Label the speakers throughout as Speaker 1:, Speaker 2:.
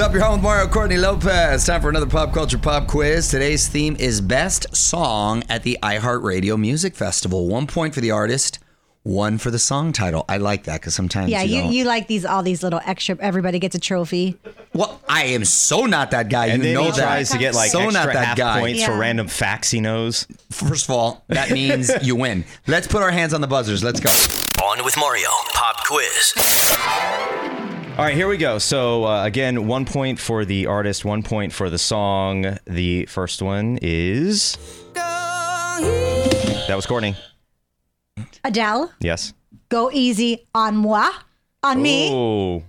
Speaker 1: up? You're on with Mario Courtney Lopez. Time for another pop culture pop quiz. Today's theme is best song at the iHeartRadio Music Festival. One point for the artist, one for the song title. I like that because sometimes
Speaker 2: Yeah,
Speaker 1: you,
Speaker 2: you,
Speaker 1: don't-
Speaker 2: you like these all these little extra. Everybody gets a trophy.
Speaker 1: Well, I am so not that guy.
Speaker 3: And
Speaker 1: you
Speaker 3: then
Speaker 1: know
Speaker 3: he
Speaker 1: that.
Speaker 3: tries to get like
Speaker 1: so
Speaker 3: extra
Speaker 1: not that
Speaker 3: half
Speaker 1: guy.
Speaker 3: points for
Speaker 2: Yeah.
Speaker 3: random facts he knows.
Speaker 1: First of all, that means you win. Let's put our hands on the buzzers. Let's go.
Speaker 4: On with Mario Pop Quiz.
Speaker 3: All right, here we go. So uh, again, one point for the artist, one point for the song. The first one is that was Courtney.
Speaker 2: Adele,
Speaker 3: Yes.
Speaker 2: go easy on moi, on me. Oh,
Speaker 3: Oh,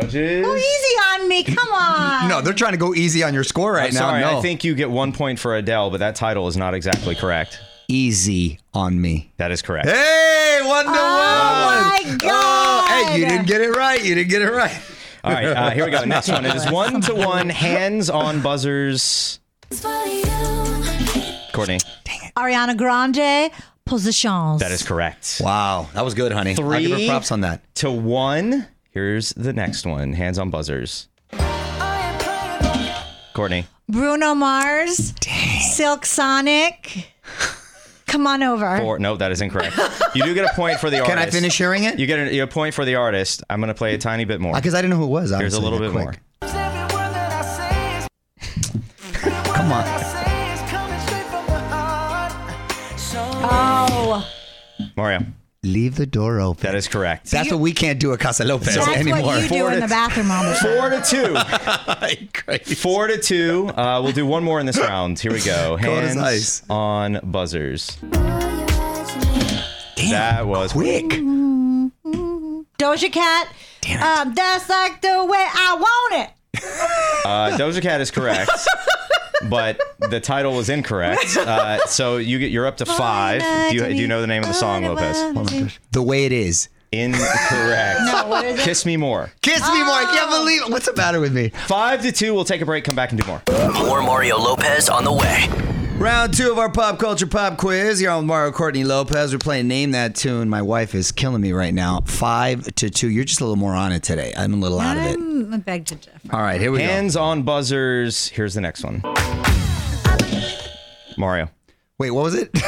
Speaker 3: judges.
Speaker 2: Go easy on me. Come on.
Speaker 1: No, they're trying to go easy on your score right
Speaker 3: I'm
Speaker 1: now.
Speaker 3: sorry,
Speaker 1: no,
Speaker 3: I think you get one point for Adele, but that title is not exactly correct.
Speaker 1: easy on me.
Speaker 3: That is correct.
Speaker 1: Hey, one to one.
Speaker 2: Oh my
Speaker 1: Oh, hey, you
Speaker 2: God.
Speaker 1: didn't get it right. You didn't get it right.
Speaker 3: All right, uh, here we go. Next one. It is one to one, hands on buzzers. Courtney,
Speaker 2: Ariana Grande, positions.
Speaker 3: that is correct.
Speaker 1: Wow, that was good, honey. I'll give her
Speaker 3: Three.
Speaker 1: props on that.
Speaker 3: To one. Here's the next one. Hands on buzzers. Courtney.
Speaker 2: Bruno Mars, Silk Sonic. Come on over.
Speaker 3: Four. No, that is incorrect. You do get a point for the artist.
Speaker 1: Can I finish hearing it?
Speaker 3: You get a, you get a point for the artist. I'm going to play a tiny bit more.
Speaker 1: Because I didn't know who it was.
Speaker 3: Here's a
Speaker 1: honestly,
Speaker 3: little
Speaker 1: that
Speaker 3: bit
Speaker 1: quick.
Speaker 3: more.
Speaker 1: Come on.
Speaker 2: Oh,
Speaker 3: Mario.
Speaker 1: Leave the door open.
Speaker 3: That is correct.
Speaker 1: That's what we can't do at Casa Lopez
Speaker 2: that's
Speaker 1: anymore.
Speaker 2: what you do in the bathroom all the time.
Speaker 3: Four to two.
Speaker 1: Great.
Speaker 3: Four to two. Uh, we'll do one more in this round. Here we go.
Speaker 1: Cold as
Speaker 3: Hands
Speaker 1: ice.
Speaker 3: on buzzers. that was
Speaker 1: Quick.
Speaker 2: Doja Cat. Um, that's like the way I want it.
Speaker 3: Uh, Doja Cat is correct, but the title was incorrect. Uh, so you get you're up to five. Do you, do you know the name of the song, Lopez?
Speaker 1: The way it is.
Speaker 3: Incorrect.
Speaker 2: What is it?
Speaker 3: Kiss me more.
Speaker 1: Kiss me more. I can't believe it. What's the matter with me?
Speaker 3: Five to two. We'll take a break. Come back and do more.
Speaker 4: More Mario Lopez on the way.
Speaker 1: Round two of our pop culture pop quiz. You're on with Mario Courtney Lopez. We're playing Name That Tune. My wife is killing me right now. Five to two. You're just a little more on it today. I'm a little out of it.
Speaker 2: I'm a beg to differ.
Speaker 1: All right, here we go.
Speaker 3: Hands on buzzers. Here's the next one. Mario.
Speaker 1: Wait, what was it?
Speaker 3: Nope.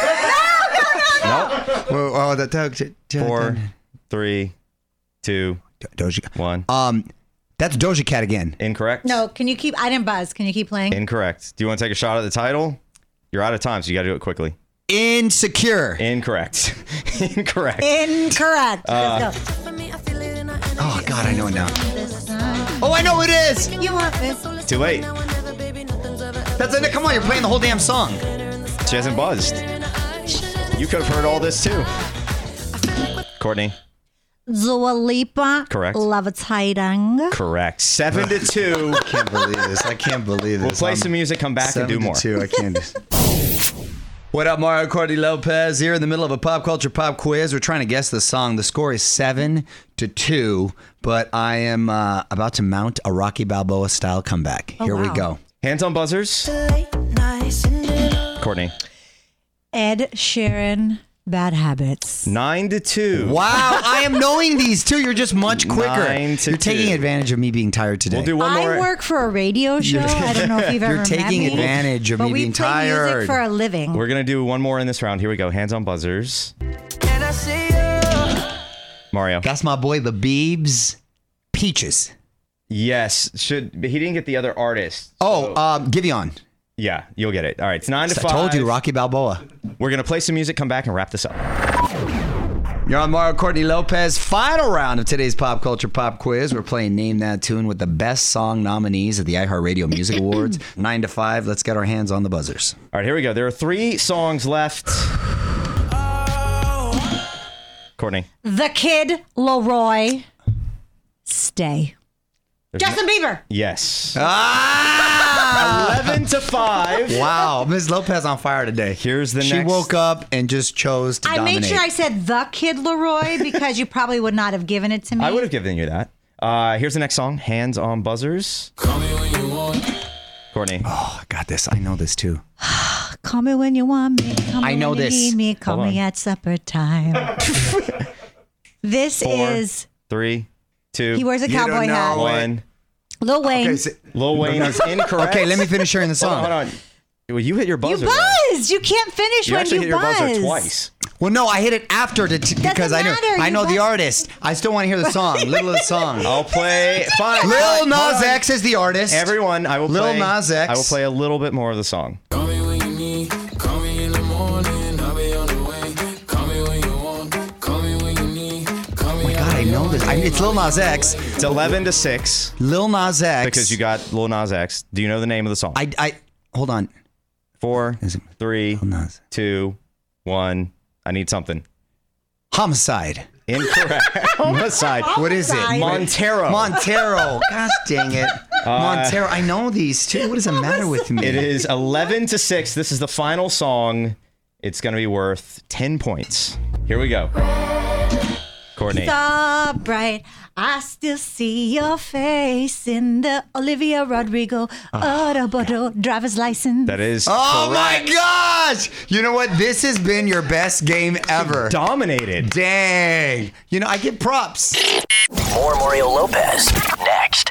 Speaker 1: Whoa, oh, that Doja.
Speaker 3: Four, three, two,
Speaker 1: Doja. Cat.
Speaker 3: one.
Speaker 1: Um, that's Doja Cat again.
Speaker 3: Incorrect.
Speaker 2: No, can you keep? I didn't buzz. Can you keep playing?
Speaker 3: Incorrect. Do you want to take a shot at the title? You're out of time, so you got to do it quickly.
Speaker 1: Insecure.
Speaker 3: Incorrect. Incorrect.
Speaker 2: Incorrect. Let's go.
Speaker 1: Oh God, I know it now. Oh, I know it is.
Speaker 2: You want this?
Speaker 3: Too late.
Speaker 1: That's it. Come on, you're playing the whole damn song.
Speaker 3: She hasn't buzzed. You could have heard all this too. Courtney.
Speaker 2: Dua Lipa.
Speaker 3: Correct.
Speaker 2: Levitation.
Speaker 3: Correct. Seven to two.
Speaker 1: I can't believe this. I can't believe this.
Speaker 3: We'll play some music, come back, and do more.
Speaker 1: I can't. What up, Mario Cordy Lopez? Here in the middle of a pop culture pop quiz. We're trying to guess the song. The score is seven to two, but I am uh, about to mount a Rocky Balboa style comeback. Here we
Speaker 2: wow.
Speaker 1: go.
Speaker 3: Hands on buzzers. Courtney.
Speaker 2: Ed Sheeran. Bad habits.
Speaker 3: Nine to two.
Speaker 1: Wow, I am knowing these two. You're just much quicker.
Speaker 3: Nine to
Speaker 1: You're taking
Speaker 3: two.
Speaker 1: advantage of me being tired today.
Speaker 3: We'll do one
Speaker 2: I
Speaker 3: more.
Speaker 2: work for a radio show. I don't know if you've ever
Speaker 1: You're taking
Speaker 2: met me,
Speaker 1: advantage of
Speaker 2: but
Speaker 1: me
Speaker 2: we
Speaker 1: being
Speaker 2: play
Speaker 1: tired.
Speaker 2: music for a living.
Speaker 3: We're gonna do one more in this round. Here we go. Hands on buzzers. Mario.
Speaker 1: That's my boy, the Beebs. Peaches.
Speaker 3: Yes. Should he didn't get the other artist.
Speaker 1: Oh, um, Giveon.
Speaker 3: Yeah, you'll get it. All right, it's nine to
Speaker 1: I
Speaker 3: five.
Speaker 1: told you, Rocky Balboa.
Speaker 3: We're gonna play some music, come back, and wrap this up.
Speaker 1: You're on Mario Courtney Lopez. Final round of today's pop culture pop quiz. We're playing Name That Tune with the best song nominees at the iHeartRadio Music Awards. Nine to five. Let's get our hands on the buzzers.
Speaker 3: All right, here we go. There are three songs left. Courtney,
Speaker 2: The Kid Leroy. Stay. Justin Bieber.
Speaker 3: yes.
Speaker 1: Ah!
Speaker 2: Uh,
Speaker 3: Eleven to five.
Speaker 1: wow, Ms. Lopez on fire today.
Speaker 3: Here's the
Speaker 1: she
Speaker 3: next-
Speaker 1: woke up and just chose to
Speaker 2: I
Speaker 1: dominate.
Speaker 2: made sure I said the Kid Leroy because you probably would not have given it to me.
Speaker 3: I would have given you that. Uh, here's the next song, "Hands on Buzzers." Courtney,
Speaker 1: oh, I got this. I know this too.
Speaker 2: Call me when you want me. Call me
Speaker 1: I know
Speaker 2: when you
Speaker 1: this.
Speaker 2: need me. Call
Speaker 3: Hold
Speaker 2: me
Speaker 3: on.
Speaker 2: at supper time. this
Speaker 3: Four.
Speaker 2: is.
Speaker 3: three, two,
Speaker 2: He wears a
Speaker 1: don't
Speaker 2: cowboy
Speaker 1: know.
Speaker 2: hat.
Speaker 3: one.
Speaker 2: Lil Wayne.
Speaker 1: Okay, so-
Speaker 3: Lil Wayne is incorrect.
Speaker 1: okay, let me finish hearing the
Speaker 3: Hold
Speaker 1: song.
Speaker 3: on, hold on. Well, you hit your
Speaker 2: you
Speaker 3: buzzer. though.
Speaker 2: buzzed. You can't finish
Speaker 3: You
Speaker 2: when
Speaker 3: actually
Speaker 2: you
Speaker 3: hit your
Speaker 2: buzz.
Speaker 3: buzzer twice.
Speaker 1: Well, no, I hit it after to t- because I know
Speaker 2: matter,
Speaker 1: I
Speaker 2: you
Speaker 1: know the
Speaker 2: buzzed.
Speaker 1: artist. I still want to hear the song. Little of the song.
Speaker 3: I'll play. Fine.
Speaker 1: Lil
Speaker 3: fine,
Speaker 1: Nas
Speaker 3: fine.
Speaker 1: X is the artist.
Speaker 3: Everyone, I will
Speaker 1: Lil
Speaker 3: play.
Speaker 1: Nas X.
Speaker 3: I will play a little bit more of the song.
Speaker 5: Call me when you need, call me in the morning, I'll be on the way. Call me when you want, call me when you need, call me. Oh my
Speaker 1: God, I know this. I mean, it's Lil Nas X.
Speaker 3: It's 11 to 6
Speaker 1: Lil Nas X.
Speaker 3: because you got Lil Nas X. Do you know the name of the song?
Speaker 1: I I hold on.
Speaker 3: Four,
Speaker 1: Is it-
Speaker 3: three,
Speaker 1: Lil Nas.
Speaker 3: two, one. I need something.
Speaker 1: Homicide.
Speaker 3: Incorrect. Homicide.
Speaker 1: What is it?
Speaker 2: Homicide.
Speaker 3: Montero. Uh,
Speaker 1: Montero. Gosh dang it. Montero. I know these two. What does it matter with me?
Speaker 3: it is 11 to 6. This is the final song. It's going to be worth 10 points. Here we go. Courtney.
Speaker 2: It's all bright. I still see your face in the Olivia Rodrigo
Speaker 3: Ah,
Speaker 2: Autobodo driver's license.
Speaker 3: That is
Speaker 1: Oh
Speaker 3: correct.
Speaker 1: my gosh! You know what? This has been your best game ever.
Speaker 3: Dominated.
Speaker 1: Dang. You know, I get props.
Speaker 4: More Mario Lopez next.